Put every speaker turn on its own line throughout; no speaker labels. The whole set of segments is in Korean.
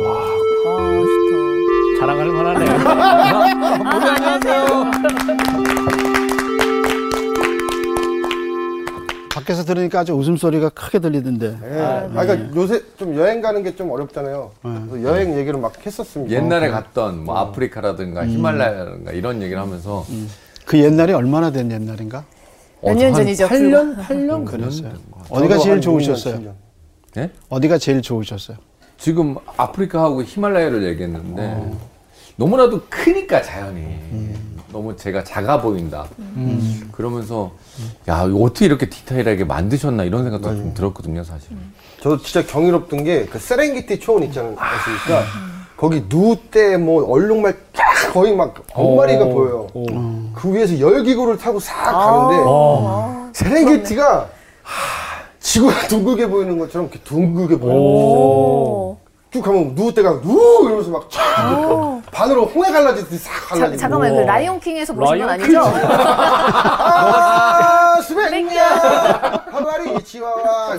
와 좋다.
자랑할 만하네.
그렇죠. 밖에서 들으니까 아주 웃음소리가 크게 들리던데.
예. 아,
네.
그러니까 요새 좀 여행 가는 게 좀 어렵잖아요. 그래서 여행 얘기를 막 했었습니다.
어,
어,
옛날에 갔던 뭐
음.
아프리카라든가 히말라야라든가 이런 얘기를 하면서
그 옛날이 얼마나 된 옛날인가?
어,
몇 년
한
전이죠.
8년 8년
그랬어요.
그랬어요.
어디가
저도
제일
한 6년,
좋으셨어요?
7년.
음.
예?
어디가 제일 좋으셨어요?
지금 아프리카하고 히말라야를 얘기했는데
어.
너무나도 크니까 자연이
음.
너무 제가 작아 보인다. 그러면서 야 이거 어떻게 이렇게 디테일하게 만드셨나 이런 생각도
음.
좀 들었거든요 사실. 은
저도 진짜 경이롭던 게 그 세렝게티 초원 있잖아요.
네.
아십니까? 거기 누때 뭐 얼룩말 쫙 거의 막 엉마리가 보여요. 그 위에서 열기구를 타고 싹
아.
가는데 세렝게티가 하, 지구가 둥글게 보이는 것처럼 이렇게 둥글게 보여요.
오.
쭉 가면 누 때가 누 이러면서 막
아.
쫙 반으로 홍해 갈라지듯이 싹
자,
갈라지고
잠깐만 그 라이온 킹에서 보신 건
라이온
아니죠?
아 스벤냐 하루하루 이치와와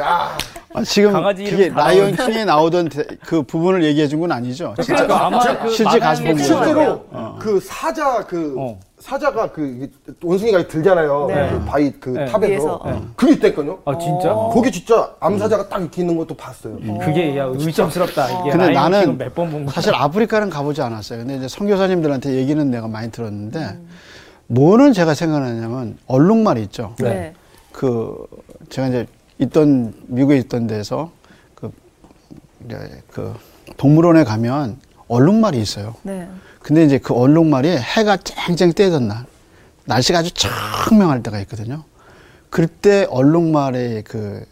야
아, 지금
강아지 이름
그게
다
라이언 킹에 나오던 대- 그 부분을 얘기해 준 건 아니죠? 진짜
그러니까 아마 그
실제 가수
만화에
본 거예요.
실제로
어.
그 사자 그
어.
사자가 그 이게 원숭이가 들잖아요
네.
그 바위 그
네.
위에서,
탑에서
어.
그게 있다니까요 어.
아 진짜?
거기 진짜 암사자가 딱 이렇게 있는 것도 봤어요
음.
그게 야 의점스럽다. 이게
근데
라이온
나는
킹은 몇번 본 거야?
사실 아프리카는 가보지 않았어요. 근데 이제 선교사님들한테 얘기는 내가 많이 들었는데 뭐는 제가 생각하냐면 얼룩말 있죠.
네.
그 제가 이제 있던 미국에 있던 데서 그, 이제 그 동물원에 가면 얼룩말이 있어요.
네.
근데 이제 그 얼룩말이 해가 쨍쨍 떼던 날 날씨가 아주 청명할 때가 있거든요. 그때 얼룩말의 그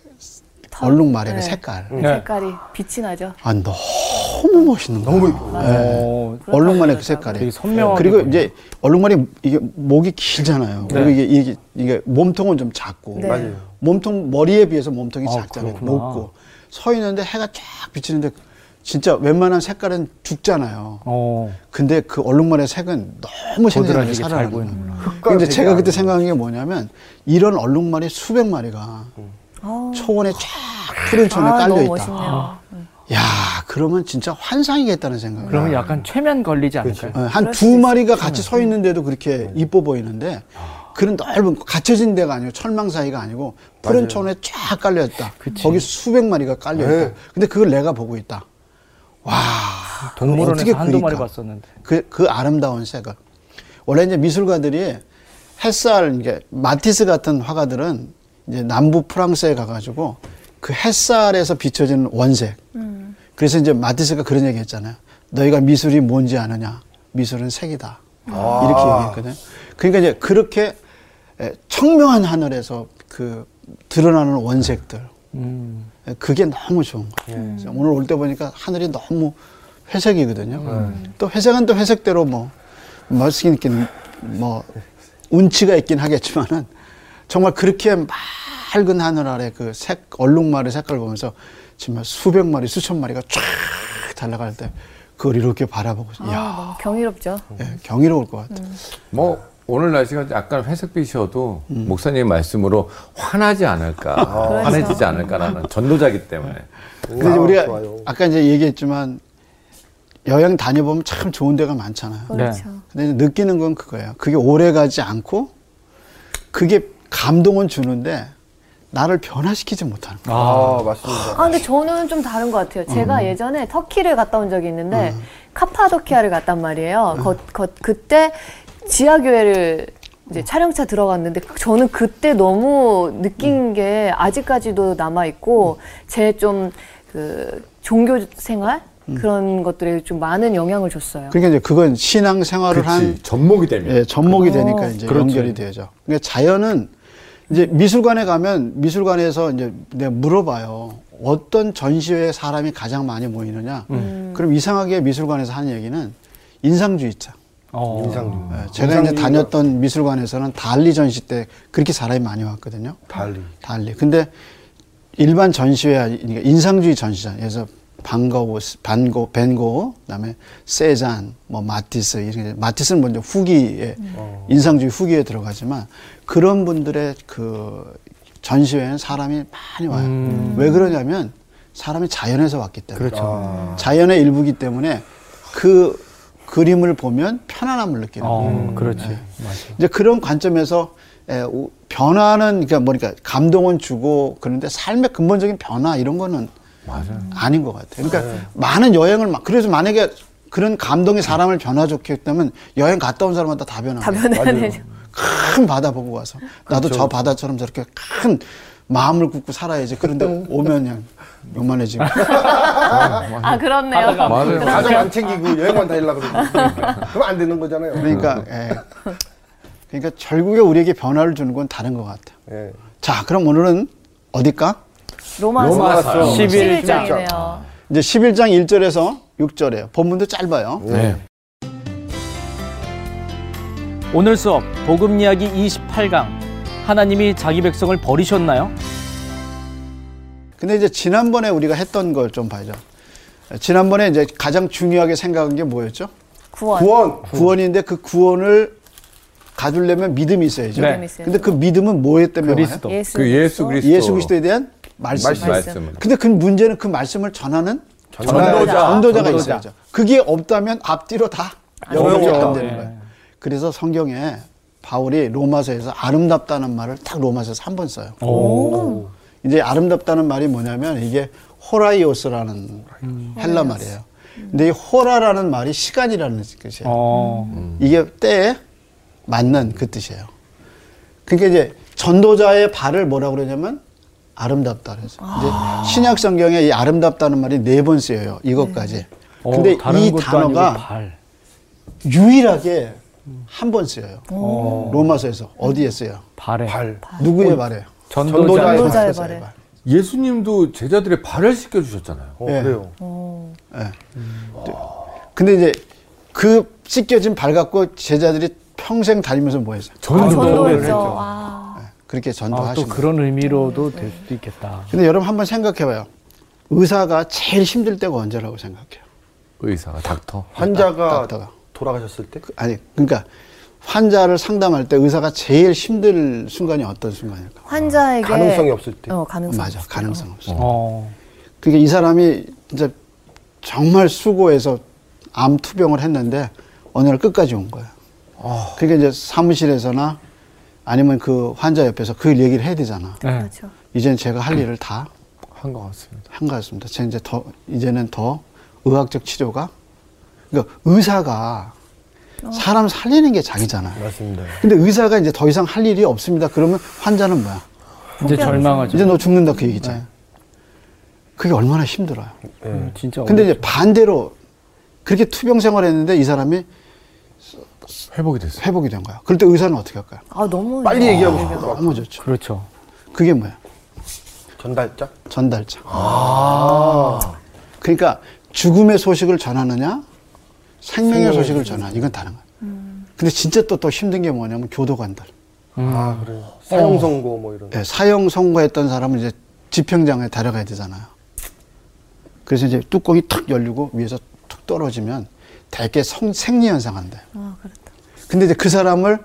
털.
얼룩말의 그
네.
색깔
네.
색깔이 빛이 나죠.
아 너무 멋있는 거예요.
너무 이뻐
어,
얼룩말의
되게
그 색깔이.
선명하게
그리고
보이네.
이제 얼룩말이 이게 목이 길잖아요. 그리고
네.
이게, 이게, 이게 몸통은 좀 작고.
네.
맞아요.
몸통, 머리에 비해서 몸통이
아,
작잖아요.
그렇구나.
높고. 서 있는데 해가 쫙 비치는데 진짜 웬만한 색깔은 죽잖아요.
어.
근데 그 얼룩말의 색은 너무 생생하게
도드라지게 잘
살아나는 거예요.
보이는구나.
흑과
근데
되게
제가 그때
아름다워.
생각한 게 뭐냐면 이런 얼룩말이 수백 마리가
아,
초원에 쫙 푸른 초원에
아,
깔려
너무
있다.
멋있네요.
야, 그러면 진짜 환상이겠다는 생각이.
그러면 약간 최면 걸리지 않을까요?
어, 한 두 마리가 같이 서 있는데도 그렇게 이뻐 보이는데 그런 넓은 갇혀진 데가 아니고 철망 사이가 아니고 푸른 초원에 쫙 깔려 있다. 거기 수백 마리가 깔려 있다.
네.
근데 그걸 내가 보고 있다. 와, 어떻게
아, 동물원에서 한두 마리
그릴까?
봤었는데.
그, 그 아름다운 색을. 원래 이제 미술가들이 햇살, 이게 마티스 같은 화가들은 이제 남부 프랑스에 가가지고 그 햇살에서 비춰지는 원색. 그래서 이제 마티스가 그런 얘기 했잖아요. 너희가 미술이 뭔지 아느냐? 미술은 색이다. 이렇게 얘기했거든요. 그러니까 이제 그렇게 에, 청명한 하늘에서 그 드러나는 원색들.
음.
예, 그게 너무 좋은 거예요. 그래서 오늘 올 때 보니까 하늘이 너무 회색이거든요.
음.
또 회색은 또 회색대로 뭐 멋있긴 있긴 뭐 운치가 있긴 하겠지만은 정말 그렇게 맑은 하늘 아래 그 색 얼룩말의 색깔을 보면서 정말 수백 마리 수천 마리가 쫙 달려갈 때 그걸 이렇게 바라보고
아,
이야
너무 경이롭죠.
예, 경이로울 것 같아요.
음.
뭐 오늘 날씨가 약간 회색빛이어도
음.
목사님 말씀으로 화나지 않을까
아,
화내지지 않을까라는 전도자기 때문에
근데 이제
아,
우리가
좋아요.
아까 이제 얘기했지만 여행 다녀보면 참 좋은 데가
네.
많잖아요.
그렇죠.
근데 이제 느끼는 건 그거예요. 그게 오래 가지 않고 그게 감동은 주는데 나를 변화시키지 못하는 거예요.
아 맞습니다
아, 근데 저는 좀 다른 것 같아요. 제가 예전에 터키를 갔다 온 적이 있는데, 카파도키아를 갔단 말이에요. 거, 거, 그때 지하교회를 이제 촬영차 들어갔는데, 저는 그때 너무 느낀 게 아직까지도 남아있고, 제 좀 그 종교 생활? 그런 것들에 좀 많은 영향을 줬어요.
그러니까 이제 그건 신앙 생활을 한
그렇지 접목이 되면
예, 접목이
어.
되니까 이제
그렇지.
연결이 되죠. 그러니까 자연은 이제 미술관에 가면 미술관에서 이제 내가 물어봐요. 어떤 전시회에 사람이 가장 많이 모이느냐?
음.
그럼 이상하게 미술관에서 하는 얘기는 인상주의자.
어.
인상
예, 제가 이제 다녔던 미술관에서는 달리 전시 때 그렇게 사람이 많이 왔거든요.
달리
달리. 근데 일반 전시회 그러니까 인상주의 전시장. 그래서 반고우, 반고, 벤고, 그다음에 세잔, 뭐 마티스 이런 게- 마티스는 먼저 후기에
어.
인상주의 후기에 들어가지만 그런 분들의 그 전시회에는 사람이 많이 와요. 왜 그러냐면 사람이 자연에서 왔기 때문에
음. 그렇죠.
아.
자연의 일부기 때문에 그 그림을 보면 편안함을 느끼는
어,
거예요.
그렇지. 맞아.
이제 그런 관점에서 에, 우- 변화는 그러니까 뭐니까 감동은 주고 그런데 삶의 근본적인 변화 이런 거는
맞아요.
아닌 것 같아요. 그러니까 많은 여행을 막 그래서 만약에 그런 감동이 사람을 변화 좋게 했다면 여행 갔다 온 사람마다 다 변화.
다 변해야 되죠.
큰 바다 보고 와서 나도 저 바다처럼 저렇게 큰 마음을 굽고 살아야지. 그런데 오면 그냥 요만해지고.
아 그렇네요.
맞아요.
가정 안 챙기고 여행만 다니려고 그러니까. 그럼 안 되는 거잖아요.
그러니까 예. 그러니까 결국에 우리에게 변화를 주는 건 다른 것 같아요.
예.
자, 그럼 오늘은 어딜까?
로마서
로마서.
11장.
11장이네요.
이제 11장 1절에서 6절이에요. 본문도 짧아요.
네.
오늘 수업 복음 이야기 28강 하나님이 자기 백성을 버리셨나요?
근데 이제 지난번에 우리가 했던 걸 좀 봐야죠. 지난번에 이제 가장 중요하게 생각한 게 뭐였죠?
구원.
구원.
구원인데 그 구원을 가지려면 믿음이 있어야죠.
네.
믿음이 있어야
근데 그 믿음은 뭐에 때문에 와요?
예수
그 예수 그리스도.
예수 그리스도에 대한 말씀.
말씀. 말씀.
근데 그 문제는 그 말씀을 전하는
전도자.
전도자가
전도자.
있어야죠. 그게 없다면 앞뒤로 다 영역이 안 되는 네. 거예요. 그래서 성경에 바울이 로마서에서 아름답다는 말을 딱 로마서에서 한 번 써요.
어,
이제 아름답다는 말이 뭐냐면 이게 호라이오스라는 헬라 말이에요. 근데 이 호라라는 말이 시간이라는 뜻이에요.
어.
이게 때에 맞는 그 뜻이에요. 그러니까 이제 전도자의 발을 뭐라고 그러냐면 아름답다 그래서 이제 신약 성경에 이 아름답다는 말이 네 번 쓰여요. 이것까지.
어,
근데
다른
이
것도 아니고
단어가
발.
유일하게 한 번 쓰여요. 로마서에서 어디에 쓰여?
발에.
발.
누구의 발에요? 네.
전도자.
전도자의
전도자의
전도자의
발에.
발.
예수님도 제자들의 발을 씻겨 주셨잖아요.
어,
예.
그래요.
예. 근데 이제 그 찢겨진 발 갖고 제자들이 평생 다니면서 뭐 했어요?
전도했죠. 아,
예, 그렇게
아,
전도하신
또
거예요.
그런 의미로도
네,
될 수도 있겠다.
근데 여러분 한번 생각해봐요. 의사가 제일 힘들 때가 언제라고 생각해요?
의사가 닥터.
환자가
딱, 딱, 딱.
돌아가셨을 때?
그- 아니 그러니까 환자를 상담할 때 의사가 제일 힘들 순간이 어떤 순간일까?
환자에게
가능성이 없을 때.
어, 가능성.
맞아, 가능성 없어.
어.
그러니까 이 사람이 진짜 정말 수고해서 암 투병을 했는데 어느 날 끝까지 온 거야.
아.
그러니까 이제 사무실에서나 아니면 그 환자 옆에서 그 얘기를 해야 되잖아.
네.
그렇죠.
이제는 제가 할 일을 다
한 것 같습니다.
한 것 같습니다. 제 이제 더 이제는 더 의학적 치료가 그러니까 의사가 사람 살리는 게 자기잖아요.
맞습니다. 예.
근데 의사가 이제 더 이상 할 일이 없습니다. 그러면 환자는 뭐야?
이제 절망하죠.
이제 너 죽는다 그 얘기잖아요. 그게 얼마나 힘들어요.
예.
음, 진짜.
근데 이제 반대로 그렇게 투병 생활했는데 이 사람이
회복이 됐어요.
회복이 된 거야. 그럴 때 의사는 어떻게 할까요?
아 너무
빨리 얘기하고 싶어.
너무 좋죠.
그렇죠.
그게 뭐야?
전달자?
전달자. 그러니까 죽음의 소식을 전하느냐, 생명의 소식을 전하냐, 이건 다른 거야.
음.
근데 진짜 또, 또 힘든 게 뭐냐면 교도관들.
아, 그래요. 사형 선고 뭐 이런.
예, 사형 선고했던 사람을 이제 집행장에 데려가야 되잖아요. 그래서 이제 뚜껑이 탁 열리고 위에서 툭 떨어지면 대개 성, 생리현상 한대.
아 그렇다.
근데 이제 그 사람을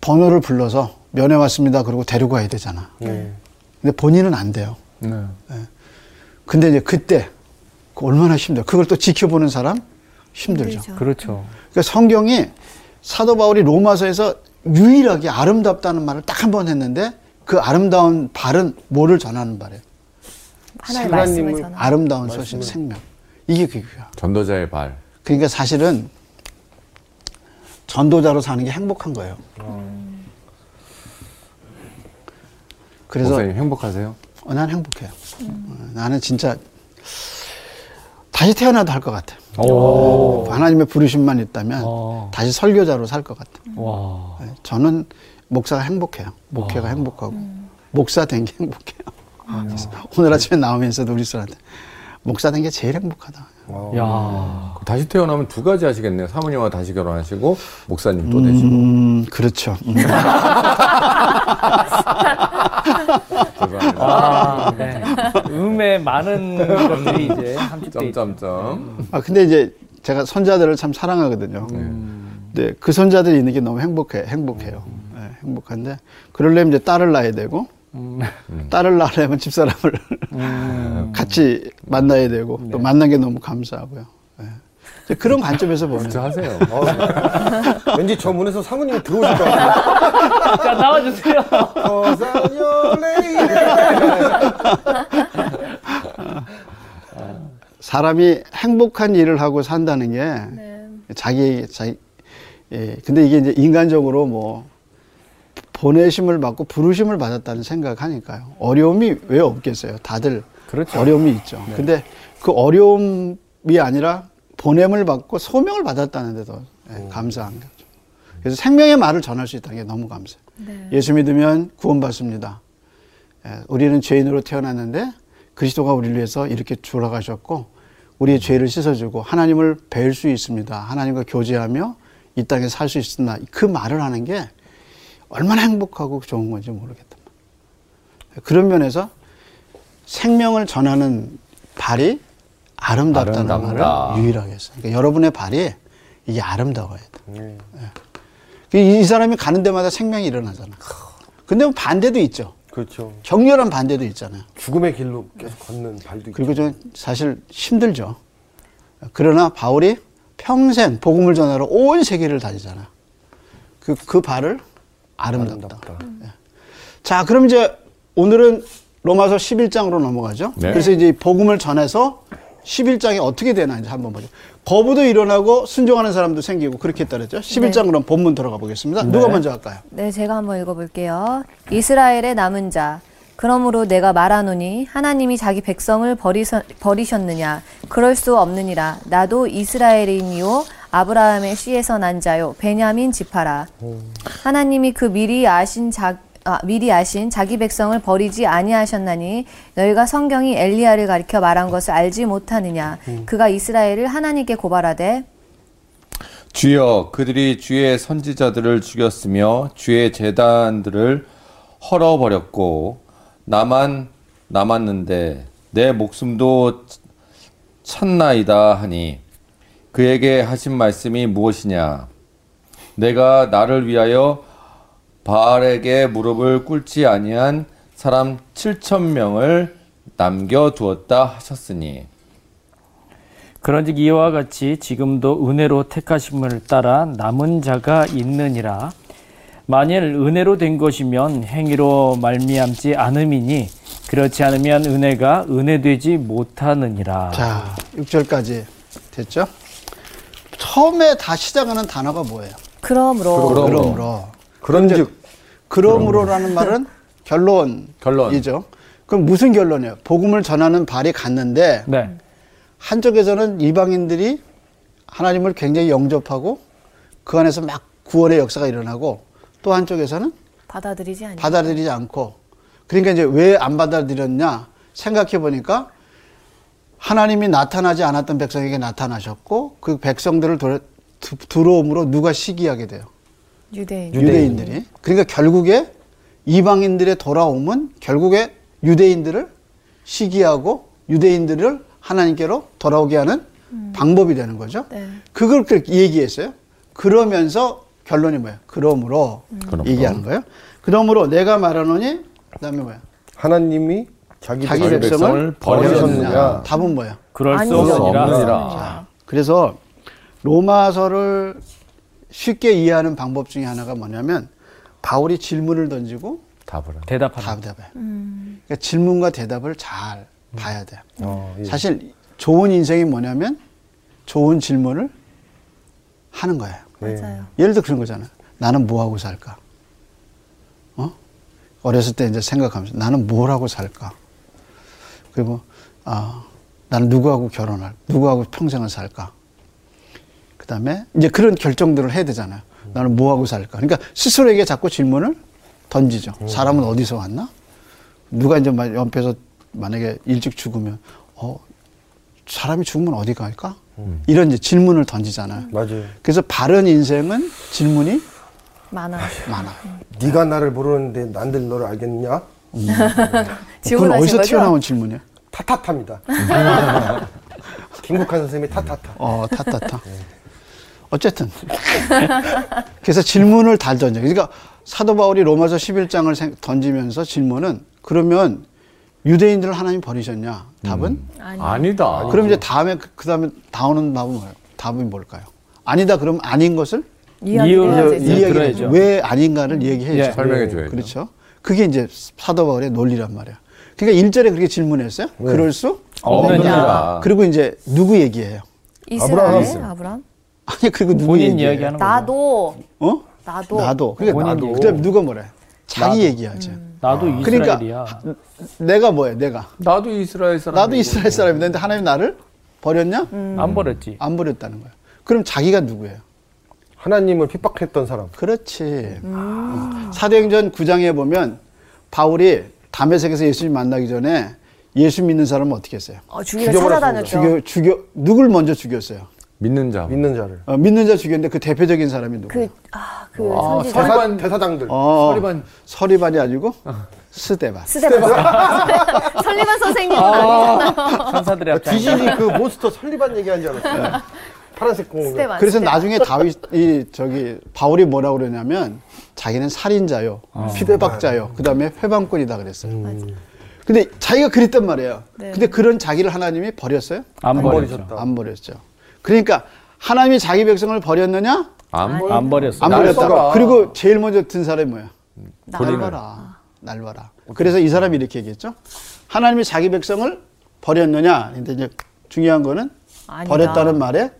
번호를 불러서 면회 왔습니다. 그러고 데리고 가야 되잖아.
네.
근데 본인은 안 돼요. 예.
네.
근데 이제 그때 그 얼마나 힘들어. 그걸 또 지켜보는 사람 힘들죠.
힘들죠.
그렇죠.
그러니까 성경이 사도 바울이 로마서에서 유일하게 아름답다는 말을 딱 한 번 했는데 그 아름다운 발은 뭐를 전하는 발이에요?
하나의
하나님을-
말씀을 전하.
아름다운 소식, 생명. 이게 그거야.
전도자의 발.
그러니까 사실은 전도자로 사는 게 행복한 거예요.
음.
그래서
목사님 행복하세요?
어, 난 행복해요. 어, 나는 진짜 다시 태어나도 할 것 같아. 요 하나님의 부르심만 있다면
오.
다시 설교자로 살 것 같아. 요
와.
저는 목사가 행복해요. 목회가 행복하고 목사 된 게 행복해요. 그래서 오늘 아침에 나오면서도 우리 스한테 목사 된 게 제일 행복하다.
아.
어.
야.
아, 다시 태어나면 두 가지 하시겠네요. 사모님과 다시 결혼하시고 목사님 또 되시고.
음, 그렇죠. 음.
죄송합니다.
아, 네. 음에 많은 것들이 이제 함축돼 있죠.
점점점.
아, 근데 이제 제가 손자들을 참 사랑하거든요. 근데 네, 그 손자들이 있는 게 너무 행복해, 행복해요. 예, 행복한데, 그러려면 이제 딸을 낳아야 되고, 딸을 낳으려면 집사람을 같이 만나야 되고 또 만난 게 너무 감사하고요. 예. 이제 그런 관점에서 보면
진짜 하세요.
어, 네. 왠지 저 문에서 사모님이 들어오실 것 같아요.
자, 나와주세요.
사람이 행복한 일을 하고 산다는 게 자기 자기 예 근데 이게 이제 인간적으로 뭐 보내심을 받고 부르심을 받았다는 생각하니까요 어려움이 왜 없겠어요 다들
그렇죠.
어려움이 있죠 근데 그 어려움이 아니라 보냄을 받고 소명을 받았다는 데도 예, 감사한 거죠 그래서 생명의 말을 전할 수 있다는 게 너무 감사해요 예수 믿으면 구원받습니다 예, 우리는 죄인으로 태어났는데 그리스도가 우리를 위해서 이렇게 돌아가셨고 우리의 죄를 씻어주고 하나님을 뵐 수 있습니다. 하나님과 교제하며 이 땅에 살 수 있습니다. 그 말을 하는 게 얼마나 행복하고 좋은 건지 모르겠다. 그런 면에서 생명을 전하는 발이 아름답다는
아름답다.
말을 유일하게 했어요. 그러니까 여러분의 발이 이게 아름다워야 돼. 예. 이 사람이 가는 데마다 생명이 일어나잖아. 근데 뭐 반대도 있죠.
그렇죠.
격렬한 반대도 있잖아요.
죽음의 길로 계속 걷는 발도 있고.
그리고 좀 사실 힘들죠. 그러나 바울이 평생 복음을 전하러 온 세계를 다니잖아. 그, 그 발을 아름답다. 음. 예.
아름답다.
자, 그럼 이제 오늘은 로마서 11장으로 넘어가죠.
네.
그래서 이제 복음을 전해서 11장이 어떻게 되나 이제 한번 보죠. 거부도 일어나고 순종하는 사람도 생기고 그렇게 했다랬죠. 11장 그럼 본문 들어가 보겠습니다. 누가 먼저 할까요?
네, 제가 한번 읽어볼게요. 이스라엘의 남은 자. 그러므로 내가 말하노니 하나님이 자기 백성을 버리서, 버리셨느냐? 그럴 수 없느니라. 나도 이스라엘인이요 아브라함의 씨에서 난 자요 베냐민 지파라. 하나님이 그 미리 아신 자 아, 미리 아신 자기 백성을 버리지 아니하셨나니 너희가 성경이 엘리야를 가리켜 말한 것을 알지 못하느냐 그가 이스라엘을 하나님께 고발하되
주여 그들이 주의 선지자들을 죽였으며 주의 재단들을 헐어버렸고 나만 남았는데 내 목숨도 찾나이다 하니 그에게 하신 말씀이 무엇이냐 내가 나를 위하여 바알에게 무릎을 꿇지 아니한 사람 7천 명을 남겨 두었다 하셨으니
그런즉 이와 같이 지금도 은혜로 택하심을 따라 남은 자가 있느니라. 만일 은혜로 된 것이면 행위로 말미암지 않음이니 그렇지 않으면 은혜가 은혜되지 못하느니라.
자, 6절까지 됐죠? 처음에 다 시작하는 단어가 뭐예요?
그러므로
그러므로.
그런즉
그러므로라는 말은 결론이죠.
결론.
그럼 무슨 결론이에요? 복음을 전하는 발이 갔는데
네.
한쪽에서는 이방인들이 하나님을 굉장히 영접하고 그 안에서 막 구원의 역사가 일어나고 또 한쪽에서는
받아들이지 않냐.
받아들이지 않고 그러니까 이제 왜 안 받아들였냐 생각해 보니까 하나님이 나타나지 않았던 백성에게 나타나셨고 그 백성들을 돌- 두- 들어옴으로 누가 시기하게 돼요?
유대인.
유대인들이. 그러니까 결국에 이방인들의 돌아옴은 결국에 유대인들을 시기하고 유대인들을 하나님께로 돌아오게 하는 방법이 되는 거죠. 그걸 그렇게 얘기했어요. 그러면서 결론이 뭐예요? 그러므로
그러므로.
얘기하는 거예요. 그러므로 내가 말하노니 그다음에 뭐야?
하나님이 자기,
자기
백성을
백성을
백성을 버리셨느냐?
버리셨느냐?
답은 뭐야?
그럴 수
그럴 수
없느니라. 아,
없느니라.
그래서 로마서를 쉽게 이해하는 방법 중에 하나가 뭐냐면 바울이 질문을 던지고
답을 하-
대답하라.
답답해. 그러니까 질문과 대답을 잘 봐야 돼.
어, 예.
사실 좋은 인생이 뭐냐면 좋은 질문을 하는 거예요.
네.
맞아요.
예를 들어 그런 거잖아. 요 나는 뭐 하고 살까? 어? 어렸을 때 이제 생각하면서 나는 뭘 하고 살까? 그리고 아, 나는 누구하고 결혼할, 누구하고 평생을 살까? 그다음에 이제 그런 결정들을 해야 되잖아요. 나는 뭐 하고 살까? 그러니까 스스로에게 자꾸 질문을 던지죠. 사람은 어디서 왔나? 누가 이제 마- 옆에서 만약에 일찍 죽으면 어 사람이 죽으면 어디 갈까? 이런 이제 질문을 던지잖아요.
맞아요.
그래서 바른 인생은 질문이
많아.
많아요.
네가 나를 모르는데 난들 너를 알겠냐?
그건
질문하신
어디서
거죠?
튀어나온 질문이야?
타타타입니다. 김국환 선생님이 타타타.
어, 타타타. 어쨌든. 그래서 질문을 잘 던져. 그러니까 사도 바울이 로마서 11장을 생- 던지면서 질문은 그러면 유대인들을 하나님 버리셨냐? 답은
아니다.
그럼 이제 다음에 그 다음에 다오는 답은 뭐예요? 답이 뭘까요? 아니다 그러면 아닌 것을
이야기를 해야지.
이유-
이제.
이유-
이야기를
들어야죠.
해줘. 왜 아닌가를 얘기해야죠.
예,
설명해 줘야죠.
그렇죠. 그게 이제 사도 바울의 논리란 말이야. 그러니까 일절에 그렇게 질문했어요.
네.
그럴 수
어, 없느니라.
그리고 이제 누구 얘기해요?
이스라엘
아브라함.
아브라함
아니 그리고 누구
본인
얘기해요?
이야기하는 거죠.
나도
어?
나도
나도. 그러니까
본인
나도.
얘기.
그다음 누가 뭐래? 자기
나도.
얘기하지.
나도 이스라엘이야.
그러니까 내가 뭐야? 내가
나도 이스라엘 사람.
나도 이스라엘 사람인데 근데 하나님 나를 버렸냐?
안 버렸지.
안 버렸다는 거야. 그럼 자기가 누구예요?
하나님을 핍박했던 사람.
그렇지.
음.
어. 사도행전 9장에 보면 바울이 담에색에서 예수님 만나기 전에 예수 믿는 사람은 어떻게 했어요?
어, 주기를
죽여버렸습니다.
찾아다녔죠.
죽여 죽여 누굴 먼저 죽였어요?
믿는 자.
믿는 자를.
어, 믿는 자 죽였는데 그 대표적인 사람이 누구?
그
그...
아, 그
아,
선지자
설-
대사,
서리반.
대사장들.
어,
서리반.
서리반이 아니고
어.
스데반.
스테반 설리반 선생님
천사들의 앞장.
디즈니 그 몬스터 설리반 얘기한 줄 알았어요. 파란색 공원.
스테반
그래서
스테반.
나중에 다윗이 저기 바울이 뭐라고 그러냐면 자기는 살인자요,
어. 네.
피대박자요, 그다음에 회방꾼이다 그랬어요.
음.
근데 자기가 그랬단 말이에요.
네.
근데 그런 자기를 하나님이 버렸어요?
안 버렸죠.
버리셨다.
안 버렸죠. 그러니까 하나님이 자기 백성을 버렸느냐?
안 보-
안 버렸어.
안
날
버렸다.
써라.
그리고 제일 먼저 든 사람이 뭐야? 날
본인을.
봐라. 날 봐라. 그래서 이 사람이 이렇게 얘기했죠. 하나님이 자기 백성을 버렸느냐? 근데 이제 중요한 거는
아니다.
버렸다는 말의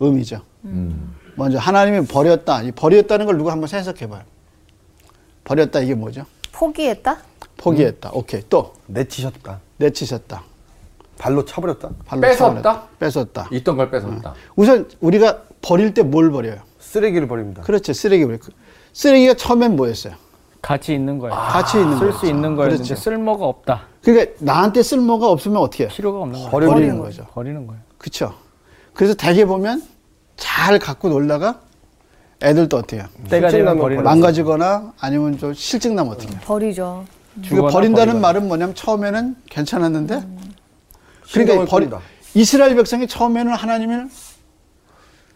의미죠.
음.
먼저 하나님이 버렸다. 이 버렸다는 걸 누가 한번 해석해 봐요. 버렸다 이게 뭐죠?
포기했다?
포기했다.
음.
오케이. 또
내치셨다.
내치셨다.
발로 차버렸다.
발로
뺏었다?
차버렸다. 뺏었다.
있던 걸 뺏었다.
우선 우리가 버릴 때 뭘 버려요?
쓰레기를 버립니다.
그렇죠. 쓰레기 버려. 쓰레기가 처음엔 뭐였어요?
같이 있는 거예요.
같이 있는
아, 쓸 수
거였죠.
있는 거였는데
아, 그렇죠.
쓸모가 없다.
그러니까 나한테 쓸모가 없으면 어떻게 해요?
필요가 없는 거예요.
버리는 거죠.
버리는 거예요.
그쵸? 그래서 대개 보면 잘 갖고 놀다가 애들도 어때요?
때가 되면
실질라면
버리는 거예요.
망가지거나 아니면 좀 실증나면 어떻게 해요?
버리죠.
그러니까
음. 죽어나
버린다는
버리거나.
말은 뭐냐면 처음에는 괜찮았는데 그러니까
신경을
버리,
끈다.
이스라엘 백성이 처음에는 하나님을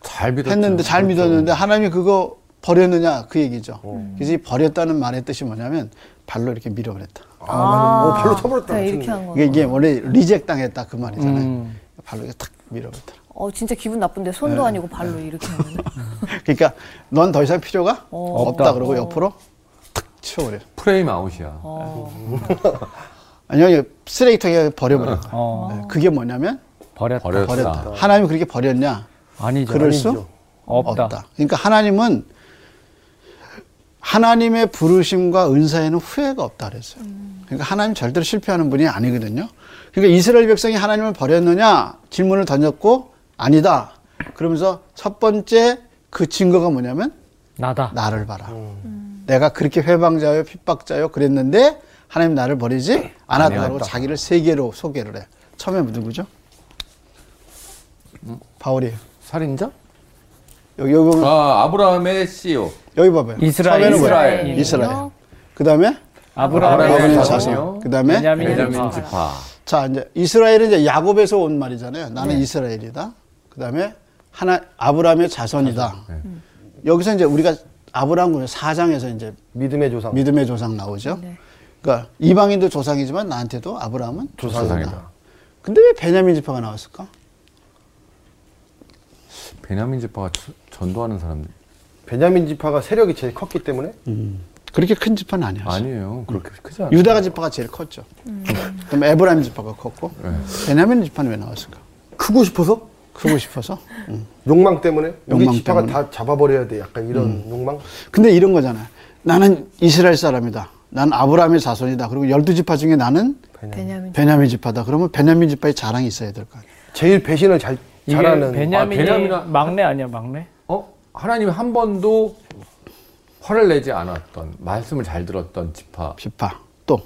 잘
그렇죠.
믿었죠.
했는데 잘 믿었는데 하나님이 그거 버렸느냐 그 얘기죠.
음.
그래서 이 버렸다는 말의 뜻이 뭐냐면 발로 이렇게 밀어버렸다.
아, 맞네. 어, 발로 차버렸다.
그냥 이렇게
미친놈.
한 거.
이게, 이게 원래 리젝 당했다 그 말이잖아요.
음.
발로 이렇게 탁 밀어버렸다.
어 진짜 기분 나쁜데 손도 아니고 발로 이렇게 하는.
그러니까 넌 더 이상 필요가
어.
없다.
없다.
그러고 옆으로 탁 치워버려.
프레임 아웃이야.
어.
아니요, 이거 쓰레기통에 버려버려.
어,
네, 그게 뭐냐면
버렸다.
버렸다.
버렸다. 하나님이 그렇게 버렸냐?
아니죠.
그럴
아니죠.
수
없다.
없다. 그러니까 하나님은 하나님의 부르심과 은사에는 후회가 없다 그랬어요. 그러니까 하나님 절대로 실패하는 분이 아니거든요. 그러니까 이스라엘 백성이 하나님을 버렸느냐 질문을 던졌고 아니다. 그러면서 첫 번째 그 증거가 뭐냐면
나다.
나를 봐라.
음.
내가 그렇게 회방자요 핍박자요 그랬는데 하나님 나를 버리지 않았다고 자기를 세 개로 소개를 해. 처음에 누구죠? 바울이
살인자?
여기 여기 보면
아 아브라함의 CEO.
여기 봐봐요.
이스라엘.
처음에는 뭐야?
이스라엘.
이스라엘. 그 다음에
아브라함의
아브라함의
자손.
자손.
그 다음에
베냐민의 아,
베냐민
지파.
지파.
자 이제 이스라엘은 이제 야곱에서 온 말이잖아요. 나는 이스라엘이다. 그 다음에 하나 아브라함의 자손이다. 네. 음. 여기서 이제 우리가 아브라함 사장에서 이제
믿음의 조상.
믿음의 조상 나오죠. 그러니까 이방인도 조상이지만 나한테도 아브라함은 조상이다.
조상이다.
근데 왜 베냐민 지파가 나왔을까?
베냐민 지파가 저- 전도하는 사람들.
베냐민 지파가 세력이 제일 컸기 때문에
음. 그렇게 큰 지파는 아니었어요. 음.
아니에요. 그렇게 크지 않아요.
유다가 지파가 제일 컸죠. 그럼 에브라임 지파가 컸고 베냐민 지파는 왜 나왔을까?
크고 싶어서
크고 싶어서. 음.
욕망 때문에
욕망
우리 지파가
때문에.
다 잡아버려야 돼. 약간 이런 욕망.
근데 이런 거잖아요. 나는 이스라엘 사람이다. 난 아브라함의 자손이다. 그리고 열두 지파 중에 나는
네. 베냐민.
베냐민 지파다. 그러면 베냐민 지파의 자랑이 있어야 될 거 아니에요.
제일 배신을 잘
이게
잘하는
베냐민이
아, 베냐민은-
막내 아니야 막내?
어 하나님 한 번도 화를 내지 않았던 말씀을 잘 들었던 지파.
지파. 또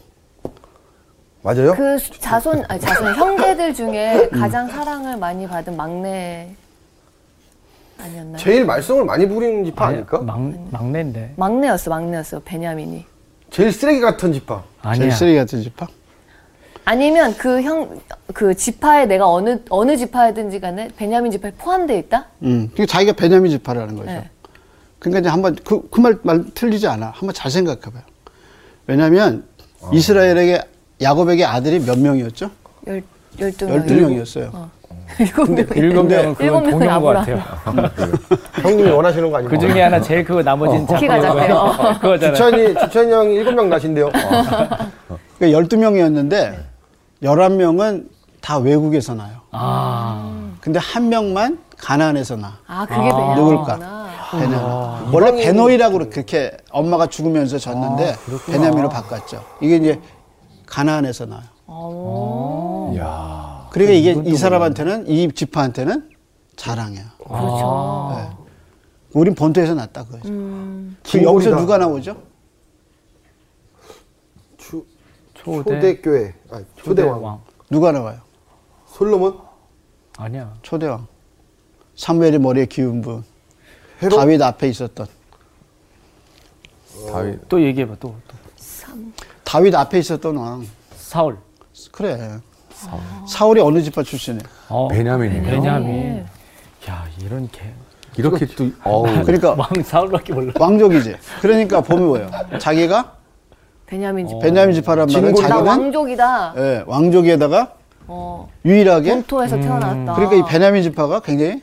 맞아요?
그 수- 자손 아니 자손 형제들 중에 가장 사랑을 많이 받은 막내 아니었나요?
제일 말썽을 많이 부리는 지파 아닐까?
막 막내인데
막내였어 막내였어 베냐민이.
제일 쓰레기 같은 지파.
아니야.
제일 쓰레기 같은 지파.
아니면 그 형 그 지파에 내가 어느 어느 지파든지 간에 베냐민 지파에 포함돼 있다?
음. 그러니까 자기가 베냐민 지파라는 거죠.
네.
그러니까 이제 한번 그 그 말 말 틀리지 않아. 한번 잘 생각해봐요. 왜냐하면 이스라엘에게 야곱에게 아들이 몇 명이었죠?
12
열두
명이.
명이었어요.
일곱 명은
일곱
그건
명은
동료인 것
아무나.
같아요.
형님이 원하시는 거 아니에요? 어.
그 중에 하나 제일 그거 나머지는 잘
아,
키가
모르고
작대요.
그거잖아요.
주천이 주천이 형이 일곱 명 나신대요. 아,
그러니까 열두 명이었는데 열한 명은 다 외국에서 나요.
아,
근데 한 명만 가나안에서 나.
아, 그게 배나.
누굴까?
아.
베냐민. 원래 아. 베노이라고 그렇게 엄마가 죽으면서 졌는데 베냐민으로 바꿨죠. 이게 이제 가나안에서 나요.
어.
그러니까 어. 이게 이 사람한테는 이 지파한테는 자랑이야.
그렇죠. 음.
우린 본토에서 났다 그거죠. 그
중국이다.
여기서 누가 나오죠?
주-
초대-
초대교회 아니, 초대왕
누가 나와요?
솔로몬
아니야.
초대왕. 사무엘이 머리에 기운 분.
헤롯?
다윗 앞에 있었던.
다윗
또 얘기해봐 또, 또.
다윗 앞에 있었던 왕.
사울.
그래. 사울이 어느 지파 출신이에요?
어,
베냐민이요.
베냐민. 야 이런 개.
이렇게 또 어우
그러니까
왕 사울밖에 몰라.
왕족이지. 그러니까 보면 뭐예요? 자기가
베냐민 집.
베냐민 지파란 말은
나
어. 자기는
왕족이다.
예, 왕족에다가
어,
유일하게
본토에서 태어났다.
그러니까 이 베냐민 지파가 굉장히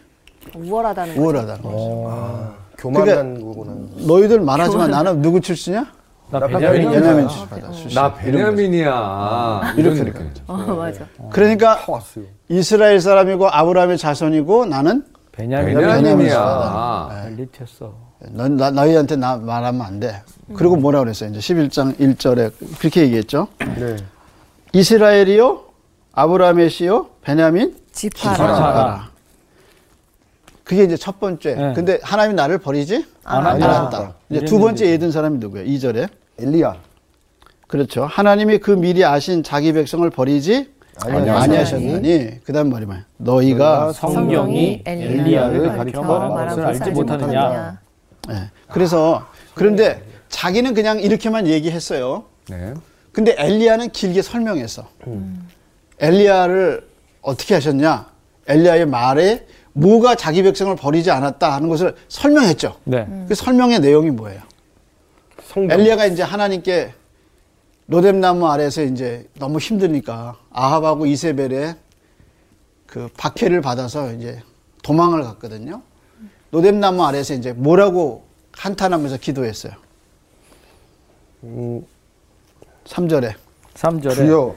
우월하다는 거죠.
우월하다는 거죠.
교만한 거구나.
너희들 말하지만 나는 누구 출신이야?
나
약간
베냐민.
베냐민.
아,
베냐민 지파다 출신.
나 베냐민이야.
이렇게
이런 느낌이죠.
어, 맞아.
그러니까
다 왔어요.
이스라엘 사람이고 아브라함의 자손이고 나는
베냐민.
베냐민이야.
난리 쳤어.
넌 나, 너희한테 나 말하면 안 돼. 그리고 뭐라 그랬어요? 이제 11장 1절에 그렇게 얘기했죠.
네.
이스라엘이요, 아브라함의 씨요, 베냐민
지파라.
지파라.
알아. 그게 이제 첫 번째.
네.
근데 하나님이 나를 버리지
안
않았다.
한다.
이제 두 번째 예든 사람이 누구예요? 2절에.
엘리야.
그렇죠. 하나님이 그 미리 아신 자기 백성을 버리지
아니,
아니하셨느니 그다음 말이 뭐야? 너희가
성령이 엘리야를 가리켜 말한 것을 알지 못하느냐.
예. 그래서 그런데 자기는 그냥 이렇게만 얘기했어요.
네.
근데 엘리야는 길게 설명했어. 음. 엘리야를 어떻게 하셨냐? 엘리야의 말에 뭐가 자기 백성을 버리지 않았다 하는 것을 설명했죠.
네.
그 설명의 내용이 뭐예요?
성령.
엘리야가 이제 하나님께 로뎀나무 아래서 이제 너무 힘드니까 아합하고 이세벨의 그 박해를 받아서 이제 도망을 갔거든요. 로뎀나무 아래서 이제 뭐라고 한탄하면서 기도했어요.
음,
3절에.
3절에
주여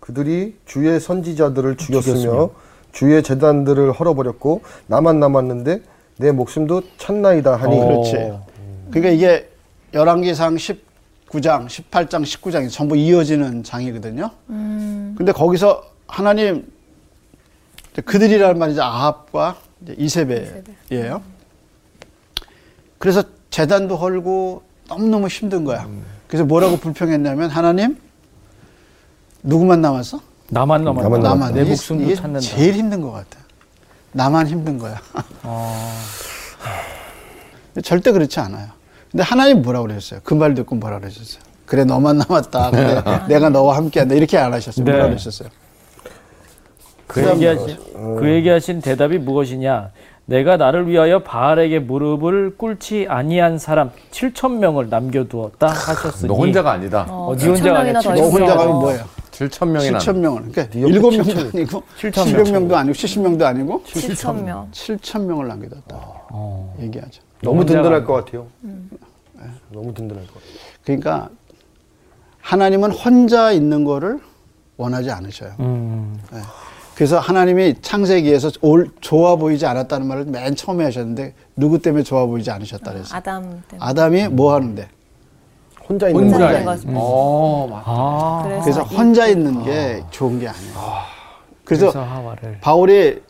그들이 주의 선지자들을 죽였으며 주의 재단들을 헐어버렸고 나만 남았는데 내 목숨도 찾나이다 하니 음.
어.
그렇지. 그러니까 이게 열왕기상 19장, 18장, 19장이 전부 이어지는 장이거든요. 근데 거기서 하나님 이제 그들이라는 말이 이제 아합과 이제 이세벨이에요. 그래서 재단도 헐고 너무너무 힘든 거야. 그래서 뭐라고 불평했냐면 하나님 누구만 남았어?
나만 남았다.
나만 남았다.
내
이게-
목숨도
이게
찾는다.
제일 힘든 것 같아. 나만 힘든 거야.
어.
근데 절대 그렇지 않아요. 근데 하나님 뭐라고 그러셨어요? 그 말 듣고 뭐라고 그러셨어요? 그래 너만 남았다. 그래 내가 너와 함께한다. 이렇게 안 하셨어요.
네.
뭐라고 그러셨어요?
그 얘기하신 그 얘기하신 대답이 무엇이냐? 내가 나를 위하여 바알에게 무릎을 꿇지 아니한 사람 7천 명을 남겨두었다 하셨으니
너 혼자가 아니다.
어, 네 혼자가 아니라
칠천
너
명이나 더
혼자
있어요.
가면 뭐예요?
7천 명이나
7천 명을. 그러니까
네 옆에
7명도 아니고
7,000
7 0명도 아니고 70명도 아니고
7천 명.
7천 명을 남겨뒀다.
어.
얘기하죠.
너무
혼자가
든든할 것 같아요. 네, 너무 든든할 것 같아요.
그러니까 하나님은 혼자 있는 거를 원하지 않으셔요.
음,
예. 그래서 하나님이 창세기에서 올- 좋아 보이지 않았다는 말을 맨 처음에 하셨는데 누구 때문에 좋아 보이지 않으셨다 그랬어요.
아담 때문에.
아담이 뭐 하는데?
네. 혼자 있는 거.
혼자.
있는
있는. 어, 맞다.
아
음. 그래서 혼자 있는 게 좋은 게 아니에요. 그래서
그래서 하와를
바울이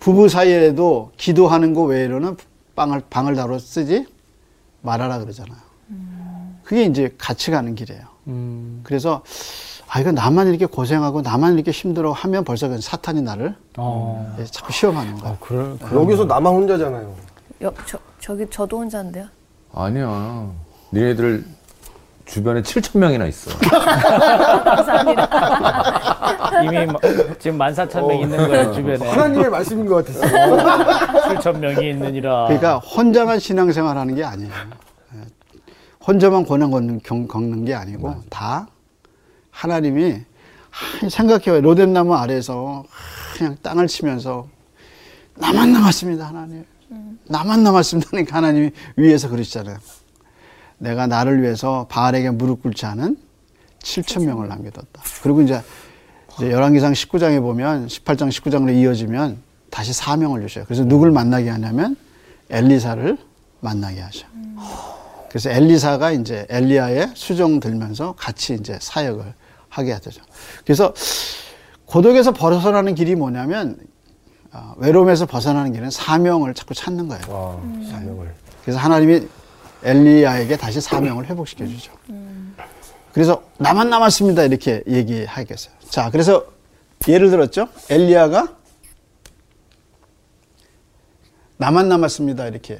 부부 사이에도 기도하는 거 외로는 빵을 방을 다로 쓰지 말아라 그러잖아요. 그게 이제 같이 가는 길이에요.
음,
그래서 아 이거 나만 이렇게 고생하고 나만 이렇게 힘들어 하면 벌써 그 사탄이 나를
어,
예, 자꾸 시험하는 거예요.
그럴
여기서 나만 혼자잖아요.
여, 저, 저기 저도 혼자인데요.
아니야. 니네들 주변에 7천 명이나 있어.
이미 마- 지금
어.
14,000명 있는 거예요 주변에
하나님의 말씀인 것 같았어요.
7,000명이 있느니라
그러니까 혼자만 신앙생활 하는 게 아니에요. 예. 혼자만 고난 걷는- 겪- 겪는 게 아니고 다 하나님이 하, 생각해봐요. 로덴나무 아래에서 그냥 땅을 치면서 나만 남았습니다, 하나님. 나만 남았습니다. 그러니까 하나님이 위에서 그러시잖아요. 내가 나를 위해서 바알에게 무릎 꿇지 않은 7천 명을 남겨뒀다. 그리고 이제 이제 열왕기상 19장에 보면 18장 19장으로 이어지면 다시 사명을 주셔요. 그래서 누굴 만나게 하냐면 엘리사를 만나게 하셔. 그래서 엘리사가 이제 엘리야의 수종 들면서 같이 이제 사역을 하게 하죠. 그래서 고독에서 벗어나는 길이 뭐냐면 아, 외로움에서 벗어나는 길은 사명을 자꾸 찾는 거예요.
와, 아, 사명을.
그래서 하나님이 엘리야에게 다시 사명을 회복시켜 주죠. 그래서 나만 남았습니다 이렇게 얘기하겠어요. 자, 그래서 예를 들었죠. 엘리야가 나만 남았습니다 이렇게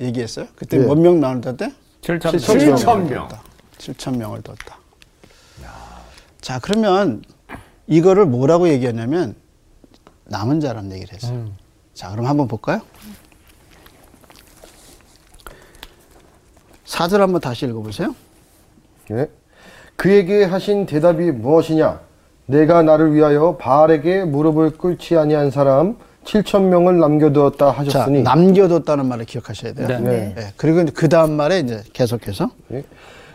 얘기했어요. 그때
예.
몇 명 나왔는데?
7,000명
7,000 명.
7천 명을 뒀다. 자, 그러면 이거를 뭐라고 얘기했냐면 남은 자라는 얘기를 했어요. 자, 그럼 한번 볼까요? 사절 한번 다시 읽어보세요.
예? 그에게 하신 대답이 무엇이냐? 내가 나를 위하여 바알에게 무릎을 꿇지 아니한 사람 7천 명을
자,
남겨두었다 하셨으니
남겨뒀다는 말을 기억하셔야 돼요.
네.
네.
예, 그리고 그 다음 말에 이제 계속해서
예?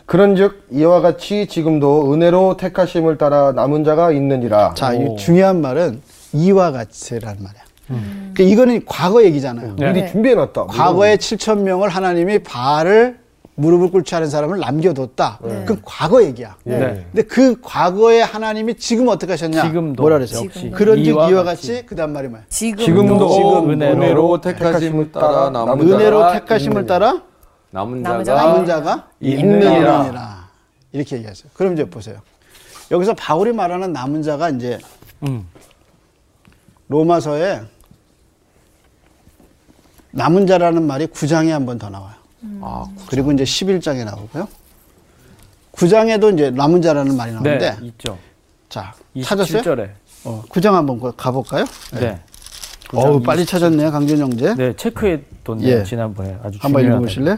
그런즉 이와 같이 지금도 은혜로 택하심을 따라 남은 자가 있느니라.
자, 이 중요한 말은 이와 같이라는 말이야. 그러니까 이거는 과거 얘기잖아요.
네.
네.
미리 준비해놨다.
과거에 7천 명을 하나님이 발을 무릎을 꿇지 않은 사람을 남겨뒀다. 그 과거 얘기야.
예.
네.
근데 그 과거에 하나님이 지금 어떻게 하셨냐?
지금도
뭐라 그랬어?
역시
그런즉 이와,
이와
같이, 그다음 말이 뭐야?
지금
지금도
지금
은혜로,
은혜로
택하심을 따라 남은 자가
은혜로 택하심을 따라
남은
남은
자가,
남은 자가
있느니라.
있느니라. 이렇게 얘기했어요. 그럼 이제 보세요. 여기서 바울이 말하는 남은 자가 이제
음.
로마서에 남은 자라는 말이 9장에 한 번 더 나와요.
아,
그리고 이제 11장에 나오고요. 9장에도 이제 남은 자라는 말이
네
나오는데
있죠
자, 찾았어요?
27절에
어, 9장 한번 가- 가볼까요?
네.
어우, 빨리 찾았네요, 강준 형제.
네, 체크해 뒀네요.
예.
지난번에 아주
한번
중요한
읽어보실래요?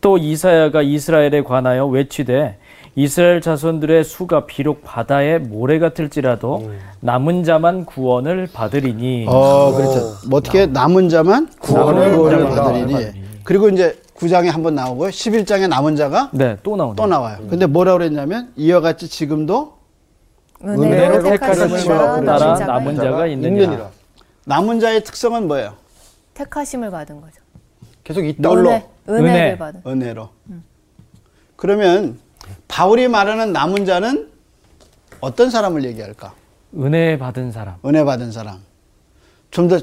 또 이사야가 이스라엘에 관하여 외치되 이스라엘 자손들의 수가 비록 바다의 모래 같을지라도 남은 자만 구원을 받으리니
음. 어, 그렇죠. 뭐 어떻게 남은 자만 구원을, 받으리니. 그리고 이제 9장에 한번 나오고요. 11장에 남은 자가
네, 또 나오네요.
또 나와요. 근데 뭐라고 그랬냐면 이와 같이 지금도
은혜로 택하심을
택하심을
따라
따라
남은
남은
자가
자가 있느니라.
남은 자의 특성은 뭐예요?
택하심을 받은 거죠.
계속 있다.
은혜,
은혜.
은혜를 받은.
은혜로. 그러면 바울이 말하는 남은 자는 어떤 사람을 얘기할까?
은혜 받은 사람.
은혜 받은 사람. 좀 더,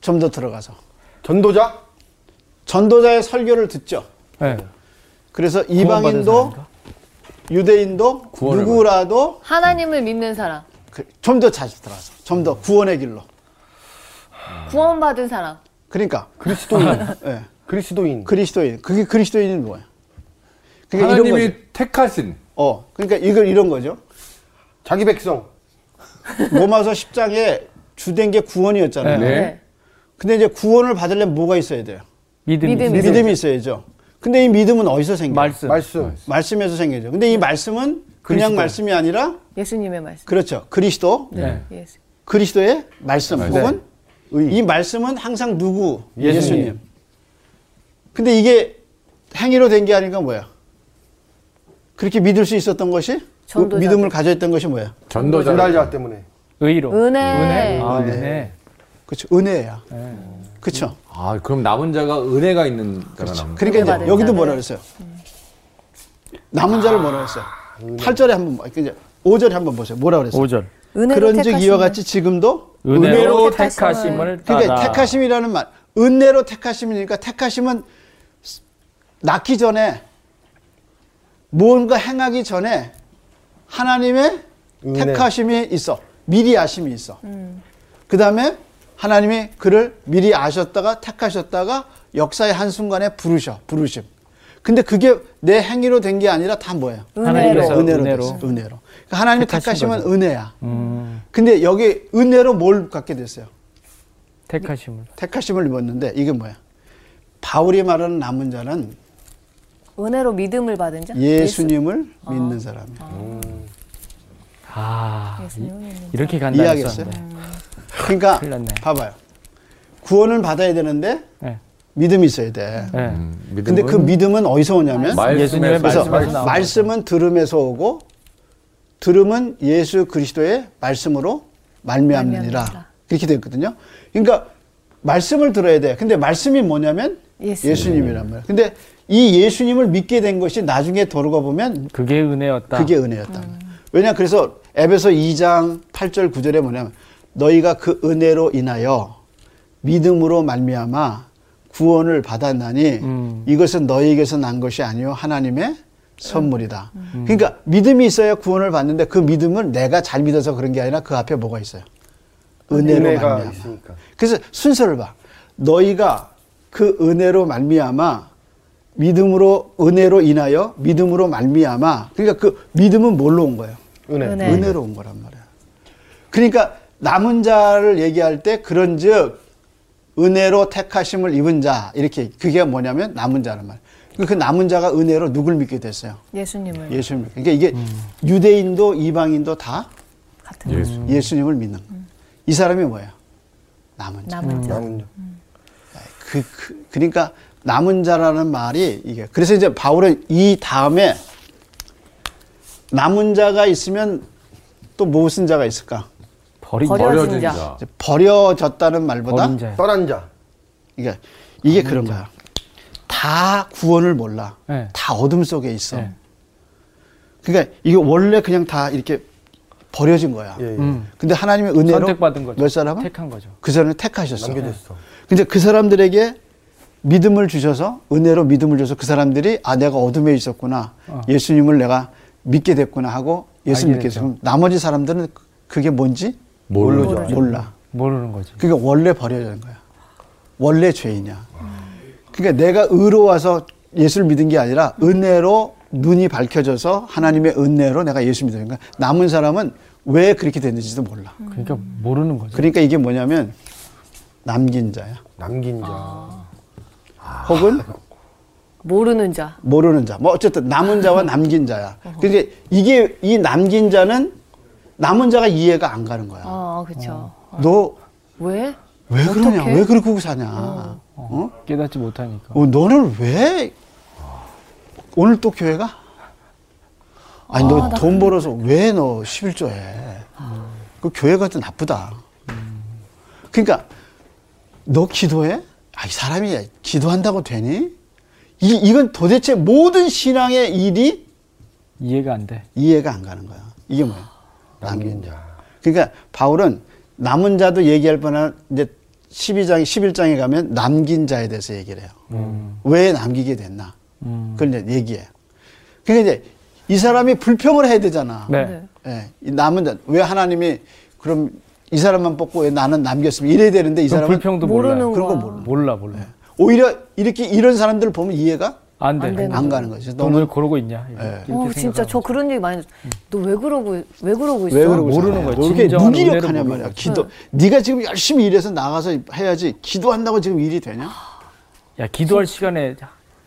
좀 더 들어가서.
전도자?
전도자의 설교를 듣죠.
네.
그래서 이방인도 유대인도
구원을
누구라도
하나님을 믿는 사람,
그, 좀 더 자주 들어가서 좀 더 구원의 길로.
구원받은 사람.
그러니까
그리스도인.
예,
그리스도인.
그리스도인 그게 그리스도인이 뭐야? 그러니까 이런 거죠.
하나님이 택하신
어, 그러니까 이걸 이런 거죠.
자기 백성.
로마서 10장에 주된 게 구원이었잖아요.
네.
근데 이제 구원을 받으려면 뭐가 있어야 돼요?
믿음이
믿음.
믿음이, 있어야죠. 근데 이 믿음은 어디서 생겨요?
말씀.
말씀.
에서 생기죠. 근데 이 말씀은 그냥
그리스도.
말씀이 아니라
예수님의 말씀.
그렇죠. 그리스도,
네.
예수.
그리스도의 말씀
네.
혹은 이 말씀은 항상 누구?
예수님.
예수님. 근데 이게 행위로 된 게 아닌가 뭐야? 그렇게 믿을 수 있었던 것이 그
전도자들.
믿음을 가져있던 것이 뭐야?
전도자
전달자 때문에.
의로.
은혜.
어, 아,
네.
은혜.
그렇죠. 은혜야. 그렇죠.
아 그럼 남은 자가 은혜가 있는 자가 남은 자
그러니까
받은
이제 여기도
자들.
뭐라 그랬어요? 남은 자를 뭐라 그랬어요? 8절에 한번 봐. 이제 5절에 한번 보세요. 뭐라 그랬어요?
5절.
은혜로
그런즉 이와
택하심을
같이 지금도
은혜로
은혜로
택하심을 따라.
그러니까 택하심이라는 말. 은혜로 택하심이니까 택하심은 낳기 전에 무언가 행하기 전에 하나님의
은혜.
택하심이 있어. 미리 아심이 있어. 그 다음에 하나님이 그를 미리 아셨다가 택하셨다가 역사의 한순간에 부르셔. 부르심. 근데 그게 내 행위로 된 게 아니라 다 뭐예요?
하나님께서
은혜로
은혜로.
됐어, 은혜로. 그러니까 하나님이
택하신
택하시면 은혜야. 근데 여기 은혜로 뭘 갖게 됐어요?
택하심을.
택하심을 입었는데 이게 뭐야? 바울이 말하는 남은 자는
은혜로 믿음을 받은 자?
예수님을 어. 믿는 사람이야.
아 이, 렇게 간다
이해하겠어요?
했었는데.
그러니까
큰일 났네.
봐봐요. 구원을 받아야 되는데
네.
믿음이 있어야 돼.
네.
음, 믿음은
근데 그 믿음은 어디서 오냐면
말씀의
예수님의
그래서
말씀.
네, 말씀에서 나온
말씀은 들음에서 오고 들음은 예수 그리스도의 말씀으로 말미암느니라
말미암느니라.
그렇게 됐거든요. 그러니까 말씀을 들어야 돼. 근데 말씀이 뭐냐면
예수님.
예수님이란 말이야. 근데 이 예수님을 믿게 된 것이 나중에 돌아가 보면
그게 은혜였다.
그게 은혜였다. 왜냐 그래서 에베소 2장 8절 9절에 뭐냐면 너희가 그 은혜로 인하여 믿음으로 말미암아 구원을 받았나니
음.
이것은 너희에게서 난 것이 아니요 하나님의 선물이다.
음.
그러니까 믿음이 있어야 구원을 받는데 그 믿음은 내가 잘 믿어서 그런 게 아니라 그 앞에 뭐가 있어요? 은혜로
은혜가
말미암아.
있으니까.
그래서 순서를 봐. 너희가 그 은혜로 말미암아 믿음으로 은혜로 인하여 믿음으로 말미암아. 그러니까 그 믿음은 뭘로 온 거예요?
은혜.
은혜.
은혜로 온 거란 말이야. 그러니까 남은 자를 얘기할 때 그런즉 은혜로 택하심을 입은 자 이렇게 그게 뭐냐면 남은 자란 말이야. 그 남은 자가 은혜로 누굴 믿게 됐어요?
예수님을
예수님. 그러니까 이게
음.
유대인도 이방인도 다
같은
예수.
예수님을 믿는 거예요. 이 사람이 뭐예요? 남은 자.
남은 자.
남은요.
그, 그 그러니까 남은 자라는 말이 이게 그래서 이제 바울은 이 다음에 남은 자가 있으면 또 무슨 자가 있을까?
버린
버려-
버려진
자.
자.
이제 버려졌다는 말보다
버린 자.
떠난 자.
이게 이게 그런 거야. 다 구원을 몰라.
네.
다 어둠 속에 있어.
네.
그러니까 이게 원래 그냥 다 이렇게 버려진 거야.
예, 예.
음.
근데 하나님의 은혜로
선택받은 거죠.
몇 사람은
택한 거죠.
그 사람을 택하셨어.
남겨줬어.
근데 그 사람들에게 믿음을 주셔서 은혜로 믿음을 줘서 그 사람들이 아 내가 어둠에 있었구나 예수님을 내가 믿게 됐구나 하고 예수
알게
믿게
됐죠.
됐으면 나머지 사람들은 그게 뭔지
모르죠.
몰라.
모르는 거지.
그게 원래 버려진 거야. 원래 죄이냐. 그러니까 내가 의로 와서 예수를 믿은 게 아니라 은혜로 눈이 밝혀져서 하나님의 은혜로 내가 예수 믿은 거야. 남은 사람은 왜 그렇게 됐는지도 몰라.
그러니까 모르는 거죠.
그러니까 이게 뭐냐면 남긴 자야.
남긴 자.
혹은
모르는 자.
모르는 자. 뭐 어쨌든 남은 자와 남긴 자야. 근데 이게 이 남긴 자는 남은 자가 이해가 안 가는 거야.
아, 그렇죠.
너 왜
왜?
그러냐?
어떡해?
왜 그렇게 사냐? 어. 어?
음. 깨닫지 못하니까.
너는 왜 오늘 또 교회 가? 아니 너 돈 벌어서 왜 너 11조 해? 그 교회 가도 나쁘다. 그러니까 너 기도해? 아, 이 사람이 기도한다고 되니? 이 이건 도대체 모든 신앙의 일이
이해가 안 돼.
이해가 안 가는 거야. 이게 뭐야?
남긴
아,
남긴
자.
자. 그러니까 바울은 남은 자도 얘기할 뻔한 이제 12장, 11장에 가면 남긴 자에 대해서 얘기를 해요.
음.
왜 남기게 됐나? 그걸 이제 얘기해요. 그러니까 이제 이 사람이 불평을 해야 되잖아.
네.
예, 이 남은 자, 왜 하나님이 그럼 이 사람만 뽑고 왜 나는 남겼으면 이래야 되는데 이
그럼
사람은
불평도
모르는
몰라요.
그런 거 네.
거야.
몰라
몰라.
몰라.
오히려 이렇게 이런 사람들을 보면 이해가
안 돼.
안 되는
안 가는 거지. 네.
너왜 그러고 있냐? 이렇게
어, 진짜
생각하고.
저 그런 얘기 많이 너 왜 그러고 왜 그러고 있어?
왜 그러고
모르는
살아요?
거야.
너 이렇게
진정한 은혜를
무기력하냐
모르는
말이야.
거지.
기도. 네가 지금 열심히 일해서 나가서 해야지. 기도한다고 지금 일이 되냐?
야 기도할 시간에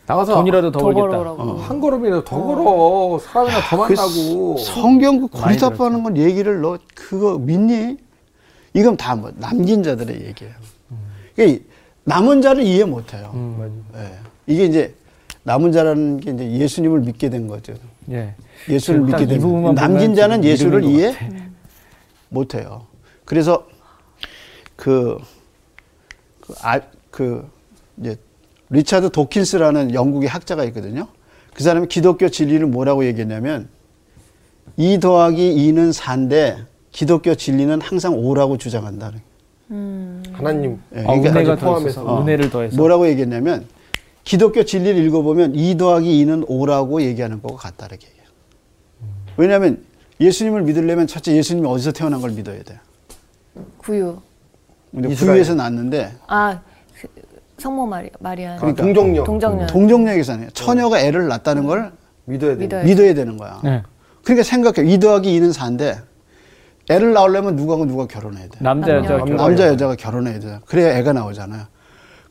나가서
돈이라도 더
더
벌겠다.
벌어오라고.
한 걸음이라도 더 걸어. 아, 사람이나 더
그
만나고.
성경 그
많이
고리타파하는 건 얘기를 너 그거 믿니? 이건 다 뭐 남긴 자들의 얘기예요. 그러니까 이 남은 자를 이해 못해요.
음,
예. 이게 이제 남은 자라는 게 이제 예수님을 믿게 된 거죠.
예.
예수를
딱
믿게
이
되는
부분만
남긴
보면
자는
지금
예수를
이름인 것
이해
같아.
못해요. 그래서 그, 그, 아, 그 이제 리차드 도킨스라는 영국의 학자가 있거든요. 그 사람이 기독교 진리를 뭐라고 얘기했냐면 2 더하기 2는 4인데 기독교 진리는 항상 5라고 주장한다.
하나님.
예,
아,
그러니까
은혜가
아직
더 있어서
포함해서.
은혜를 더해서
뭐라고 얘기했냐면 기독교 진리를 읽어보면 2 더하기 2는 5라고 얘기하는 거고 같다 이렇게 얘기해요. 왜냐하면 예수님을 믿으려면 첫째 예수님이 어디서 태어난 걸 믿어야 돼요.
구유.
근데
이스라엘.
구유에서 났는데
아, 그, 성모 마리, 마리아
그러니까. 동정녀.
동정녀
동정녀기잖아요. 처녀가 애를 낳았다는 걸
믿어야 돼.
믿어요.
믿어야 되는 거야.
네.
그러니까 생각해. 2 더하기 2는 4인데 애를 낳으려면 누구하고 누가 결혼해야 돼.
남자 여자
남녀.
결혼.
남자 여자가 결혼해야 돼. 그래야 애가 나오잖아요.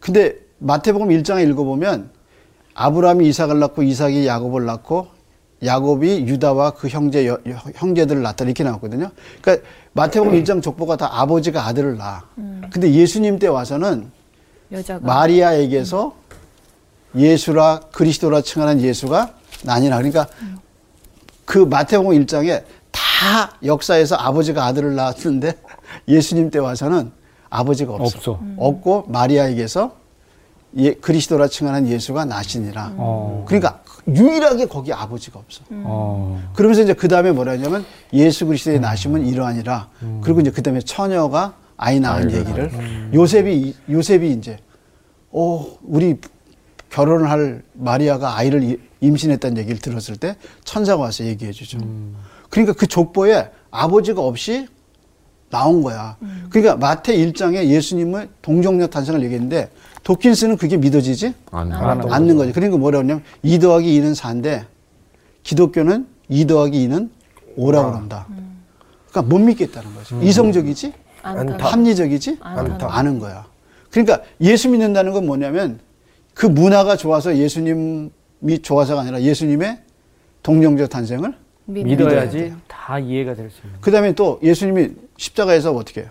근데 마태복음 1장에 읽어보면 아브라함이 이삭을 낳고 이삭이 야곱을 낳고 야곱이 유다와 그 형제 여- 여- 형제들을 낳다 이렇게 나왔거든요. 그러니까 마태복음 1장 족보가 다 아버지가 아들을 낳아.
음.
근데 예수님 때 와서는
여자가
마리아에게서 예수라 그리스도라 칭하는 예수가 난이라 그러니까 그 마태복음 1장에 다 역사에서 아버지가 아들을 낳았는데 예수님 때 와서는 아버지가 없어.
없어.
없고 마리아에게서 예, 그리스도라 칭하는 예수가 나시니라.
어.
그러니까 유일하게 거기 아버지가 없어.
어.
그러면서 이제 그 다음에 뭐라 하냐면 예수 그리스도의 나심은 이러하니라. 그리고 이제 그 다음에 처녀가 아이 낳은 얘기를 요셉이 음. 이- 요셉이 이제 어 우리 결혼을 할 마리아가 아이를 이- 임신했다는 얘기를 들었을 때 천사가 와서 얘기해 주죠. 그러니까 그 족보에 아버지가 없이 나온 거야. 그러니까 마태 1장에 예수님의 동정녀 탄생을 얘기했는데 도킨스는 그게 믿어지지
안
하는
하나.
않는 거지. 그러니까 뭐라 그러냐면 2 더하기 2는 4인데 기독교는 2 더하기 2는 5라고 그런다.
음.
그러니까 못 믿겠다는 거지. 이성적이지?
안타.
합리적이지?
안타.
아는 거야. 그러니까 예수 믿는다는 건 뭐냐면 그 문화가 좋아서 예수님이 좋아서가 아니라 예수님의 동정적 탄생을
음.
믿어야지 다 이해가 될 수 있는.
그다음에 또 예수님이 십자가에서 어떻게 해요?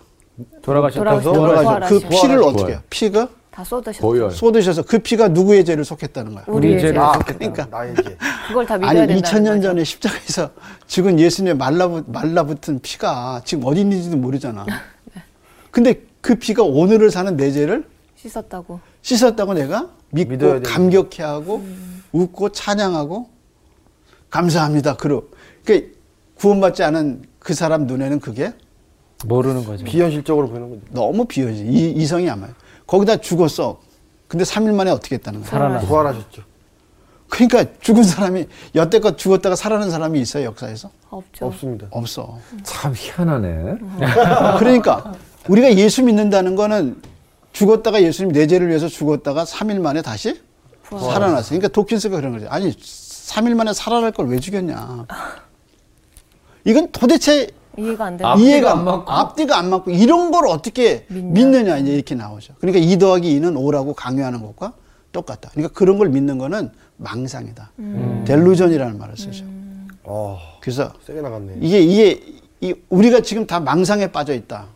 돌아가셨다고
돌아가셨다고.
돌아가셨.
그
부활하셔.
피를 어떻게
부활.
해요? 피가
다 쏟으셨어
보여요.
쏟으셔서 그 피가 누구의 죄를 속했다는 거야.
우리 이제
아,
그러니까.
나의 게.
그걸 다 믿어야
아니
된다는
2000년
거죠.
전에 십자가에서 지금 예수님의 말라붙, 말라붙은 피가 지금 어디 있는지도 모르잖아.
네.
근데 그 피가 오늘을 사는 내 죄를
씻었다고
씻었다고 내가
믿어야
믿고
되는
음.
감격해하고 웃고 찬양하고 감사합니다. 그러 그러니까 구원받지 않은 그 사람 눈에는 그게
모르는 거죠.
비현실적으로 보이는 거죠.
너무 비어지 이, 이성이 안 맞아. 거기다 죽었어. 근데 3일 만에 어떻게 했다는 거야?
네.
살아나.
부활하셨죠.
그러니까 죽은 사람이 여태껏 죽었다가 살아난 사람이 있어요 역사에서
없죠
없습니다.
없어.
참 희한하네.
그러니까 우리가 예수 믿는다는 거는 죽었다가 예수님 내 죄를 위해서 죽었다가 3일 만에 다시 살아났어. 그러니까 도킨스가 그런 거지. 아니 3일 만에 살아날 걸 왜 죽였냐. 이건 도대체
이해가 안 되는
앞뒤가
이해가
안 맞고.
앞뒤가 안 맞고 이런 걸 어떻게 믿느냐 이제 이렇게 나오죠. 그러니까 2 더하기 2는 5라고 강요하는 것과 똑같다. 그러니까 그런 걸 믿는 거는 망상이다. 음. 델루전이라는 말을 쓰죠.
아,
그래서
세게 나갔네.
이게 이게 이- 우리가 지금 다 망상에 빠져 있다.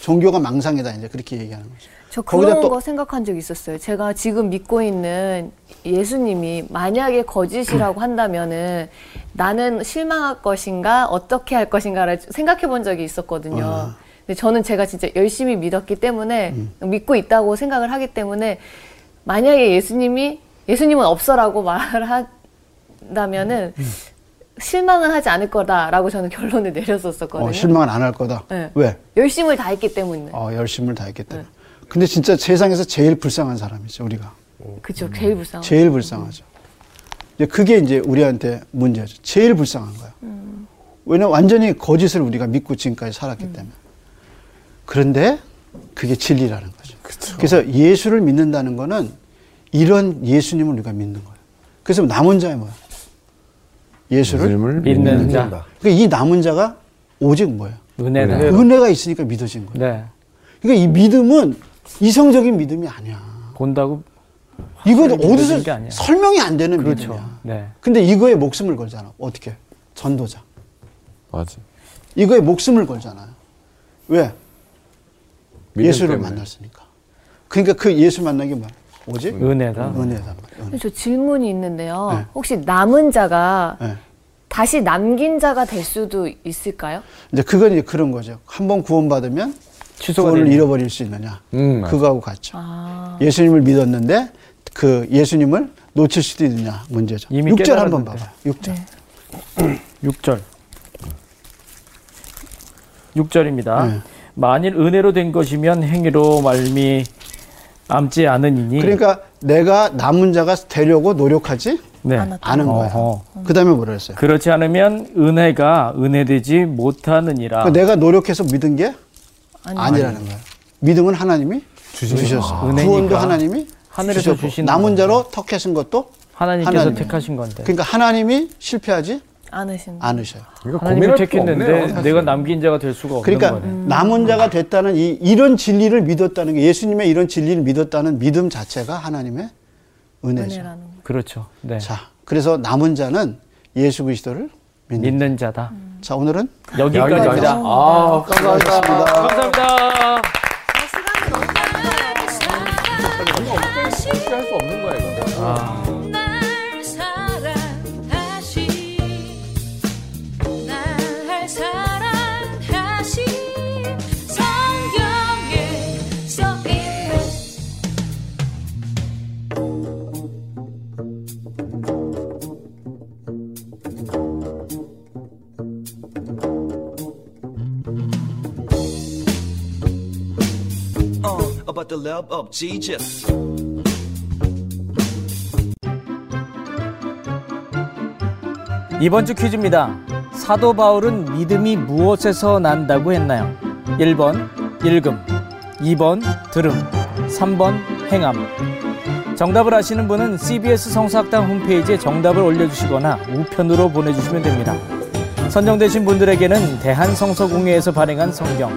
종교가 망상이다 이제 그렇게 얘기하는 거죠.
저
거기다
그런
또-
거 생각한 적 있었어요. 제가 지금 믿고 있는 예수님이 만약에 거짓이라고 한다면은 나는 실망할 것인가 어떻게 할 것인가를 생각해 본 적이 있었거든요.
아.
근데 저는 제가 진짜 열심히 믿었기 때문에
음.
믿고 있다고 생각을 하기 때문에 만약에 예수님이 예수님은 없어라고
음.
말한다면은 실망은 하지 않을 거다라고 저는 결론을 내렸었거든요.
어, 실망을 안 할 거다.
네.
왜?
열심을 다했기 때문에.
어, 열심을 다했겠다. 근데 진짜 세상에서 제일 불쌍한 사람이죠 우리가.
그쵸, 제일 불쌍한.
제일 불쌍하죠. 이제 그게 이제 우리한테 문제죠. 제일 불쌍한 거야. 왜냐면 완전히 거짓을 우리가 믿고 지금까지 살았기
음.
때문에. 그런데 그게 진리라는 거죠. 그래서 예수를 믿는다는 거는 이런 예수님을 우리가 믿는 거예요. 그래서 남은 자의 뭐야? 예수를.
예수님을
믿는 자.
믿는다.
그러니까 이 남은 자가 오직 뭐예요?
은혜다.
네.
은혜가 있으니까 믿어진 거예요.
네.
그러니까 이 믿음은 이성적인 믿음이 아니야.
본다고
이건
믿어진
어디서
게 아니야.
설명이 안 되는
그렇죠.
믿음이야.
네.
근데 이거에 목숨을 걸잖아. 어떻게? 전도자.
맞아.
이거에 목숨을 걸잖아요. 왜?
믿음
예수를
때문에.
만났으니까. 그러니까 그 예수 만난 게 뭐야? 오직
은혜다.
은혜단 말이야. 은혜.
저 질문이 있는데요.
네.
혹시 남은 자가
예.
다시 남긴 자가 될 수도 있을까요?
이제 그건 이제 그런 거죠. 한 번 구원받으면
취소가
구원을
되는
잃어버릴 수 있느냐.
음, 맞아.
그거하고 같죠.
아,
예수님을 믿었는데 그 예수님을 놓칠 수도 있느냐 문제죠.
이미
6절 한번
깨달았는데.
봐봐. 6절.
6절. 6절입니다.
네.
만일 은혜로 된 것이면 행위로 말미 암지 않으니
그러니까 내가 남은 자가 되려고 노력하지
네.
않은 거야.
어허.
그다음에 뭐라 했어요?
그렇지 않으면 은혜가 은혜되지 못하느니라.
그 그러니까 내가 노력해서 믿은 게
아니.
아니라는 거예요. 믿음은 하나님이 주셨어.
은혜니까.
구원도 하나님이
하늘에서
주셨고,
주시는
남은
건데.
자로 택하신 것도
하나님께서
하나님.
택하신 건데.
그러니까 하나님이 실패하지
안으신.
않으셔요.
그러니까
하나님이
고민할 필요 없네요,
택했는데
사실.
내가 남긴 자가 될 수가 없는
그러니까
거네. 음.
남은 자가 됐다는 이 이런 진리를 믿었다는 게 예수님의 이런 진리를 믿었다는 믿음 자체가 하나님의 은혜죠.
은혜라는 거.
그렇죠. 네.
자, 그래서 남은 자는 예수 그리스도를 믿는.
믿는 자다.
음.
자, 오늘은
여기까지다.
아, 감사합니다.
감사합니다.
할수 없는 거야, 이거.
날 사랑하신 날 사랑하신 성경에 써있는
uh, about the love of Jesus.
이번 주 퀴즈입니다. 사도 바울은 믿음이 무엇에서 난다고 했나요? 1번 읽음, 2번 들음, 3번 행함. 정답을 아시는 분은 CBS 성사학당 홈페이지에 정답을 올려주시거나 우편으로 보내주시면 됩니다. 선정되신 분들에게는 대한성서공회에서 발행한 성경,